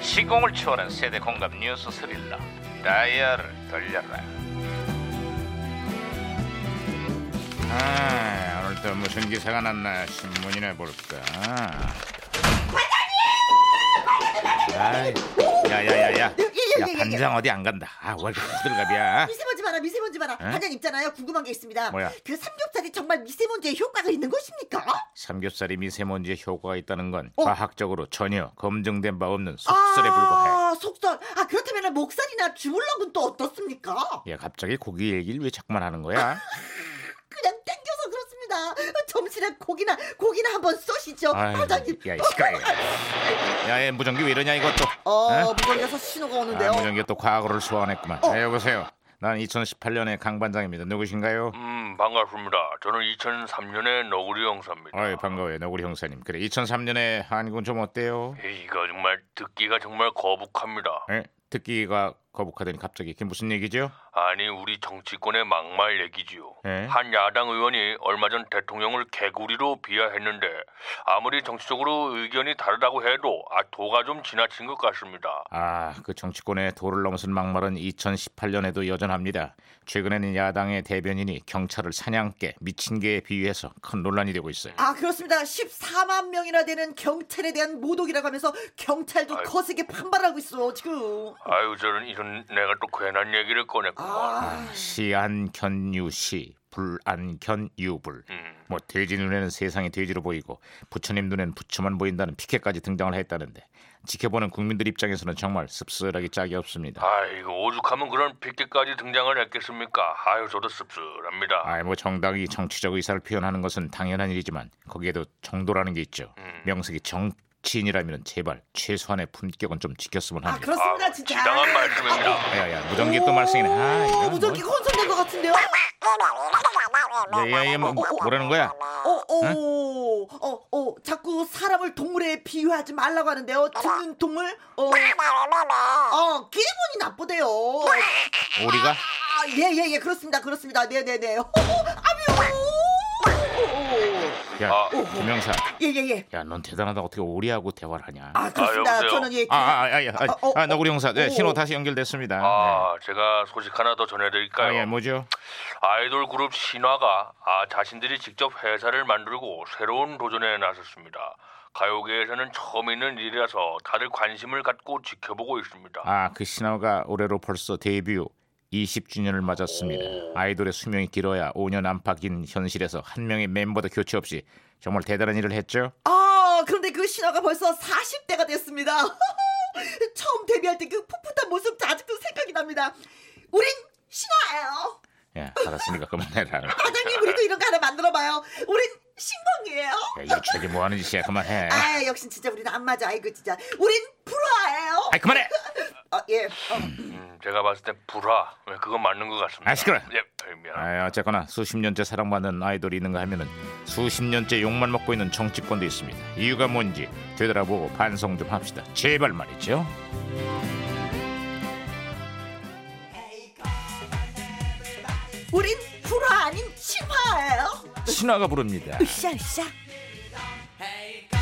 시공을 초월한 세대 공감 뉴스 스릴러 다이얼을 돌려라 아, 오늘 또 무슨 기사가 났나 신문이나 볼까 반장님! 야야야야 예, 예, 예, 야 예. 반장 어디 안 간다 아, 왜 이렇게 후들갑이야 미세먼지 봐라 미세먼지 봐라 에? 반장 입잖아요 궁금한 게 있습니다 뭐야? 그 삼겹살이 정말 미세먼지에 효과가 있는 것입니까? 삼겹살이 미세먼지에 효과가 있다는 건 어? 과학적으로 전혀 검증된 바 없는 속설에 불과해 아 속설 아 그렇다면 목살이나 주물럭은 또 어떻습니까? 야 갑자기 고기 얘기를 왜 자꾸만 하는 거야 그냥 땡겨서 그렇습니다 점심에 고기나 고기나 한번 쏘시죠 아이, 반장님 야, 이 시끄러워. 야얘 무전기 왜 이러냐 이거 또 어 무전기에서 신호가 오는데요 아, 무전기 또 과거를 소환했구만. 어. 네, 여보세요. 난 2018년의 강 반장입니다. 누구신가요? 음 반갑습니다. 저는 2003년에 너구리 형사입니다. 어이 반가워요, 너구리 형사님. 그래, 2003년에 한국은 좀 어때요? 에이, 이거 정말 듣기가 정말 거북합니다. 에? 예? 듣기가 거북하더니 갑자기 이게 무슨 얘기죠? 아니 우리 정치권의 막말 얘기지요. 예? 한 야당 의원이 얼마 전 대통령을 개구리로 비하했는데 아무리 정치적으로 의견이 다르다고 해도 아 도가 좀 지나친 것 같습니다. 아, 그 정치권의 도를 넘어선 막말은 2018년에도 여전합니다. 최근에는 야당의 대변인이 경찰을 사냥개, 미친개에 비유해서 큰 논란이 되고 있어요. 아 그렇습니다 14만 명이나 되는 경찰에 대한 모독이라고 하면서 경찰도 아이고. 거세게 판발하고 있어 지금 아유 저는 이런 내가 또 괜한 얘기를 꺼냈구만. 아 시안견유시, 불안견유불. 음, 뭐 돼지 눈에는 세상이 돼지로 보이고 부처님 눈에는 부처만 보인다는 피켓까지 등장을 했다는데 지켜보는 국민들 입장에서는 정말 씁쓸하기 짝이 없습니다. 아이고 오죽하면 그런 핏기까지 등장을 했겠습니까? 아유 저도 씁쓸합니다. 아이 뭐 정당이 정치적 의사를 표현하는 것은 당연한 일이지만 거기에도 정도라는 게 있죠. 명색이 정치인이라면 제발 최소한의 품격은 좀 지켰으면 아, 합니다. 그렇습니다 아, 진짜 지당한 말씀입니다. 야야 무전기 또 말썽이네. 아, 오, 이거 어, 무전기가 혼선된 것 같은데요? 뭐. 야야야 뭐, 뭐라는 거야? 어, 어, 어, 어, 자꾸 사람을 동물에 비유하지 말라고 하는데요. 듣는 동물, 어, 어, 기분이 나쁘대요. 오리가? 아, 예, 예, 예, 그렇습니다, 그렇습니다. 네, 네, 네. 어, 아뮤. 야 김영사, 예, 예, 예. 야 넌 대단하다 어떻게 오리하고 대화를 하냐? 아, 그렇습니다. 아, 여보세요? 저는 예. 아, 아, 아, 아, 아, 아, 어, 아, 너구리 형사, 네, 어, 신호 어. 다시 연결됐습니다. 네. 아, 제가 소식 하나 더 아, 예, 전해드릴까요? 뭐죠? 아이돌 그룹 신화가 아, 자신들이 직접 회사를 만들고 새로운 도전에 나섰습니다. 가요계에서는 처음 있는 일이라서 다들 관심을 갖고 지켜보고 있습니다. 아, 그 신화가 올해로 벌써 데뷔 20주년을 맞았습니다. 아이돌의 수명이 길어야 5년 안팎인 현실에서 한 명의 멤버도 교체 없이 정말 대단한 일을 했죠. 아, 그런데 그 신화가 벌써 40대가 됐습니다. 처음 데뷔할 때 그 풋풋한 모습 아직도 생각이 납니다. 우린 신화예요. 야, 알았으니까 그만해라. 야, 과장님 우리도 이런 거 하나 만들어봐요. 우린 신봉이에요. 이 책이 뭐 하는 짓이야? 그만해. 아 역시 진짜 우리는 안 맞아. 아이고 진짜 우린 불화예요. 아, 그만해. 어, 예. 어. 음, 제가 봤을 때 불화, 네, 그건 맞는 것 같습니다. 아, 시끄러워. 예, 아이, 미안. 아, 어쨌거나 수십 년째 사랑받는 아이돌이 있는가 하면은 수십 년째 욕만 먹고 있는 정치권도 있습니다. 이유가 뭔지 되돌아보고 반성 좀 합시다. 제발 말이죠. 우린 불화 아닌 신화예요. 신화가 부릅니다. 으쌰 으쌰. Hey, go,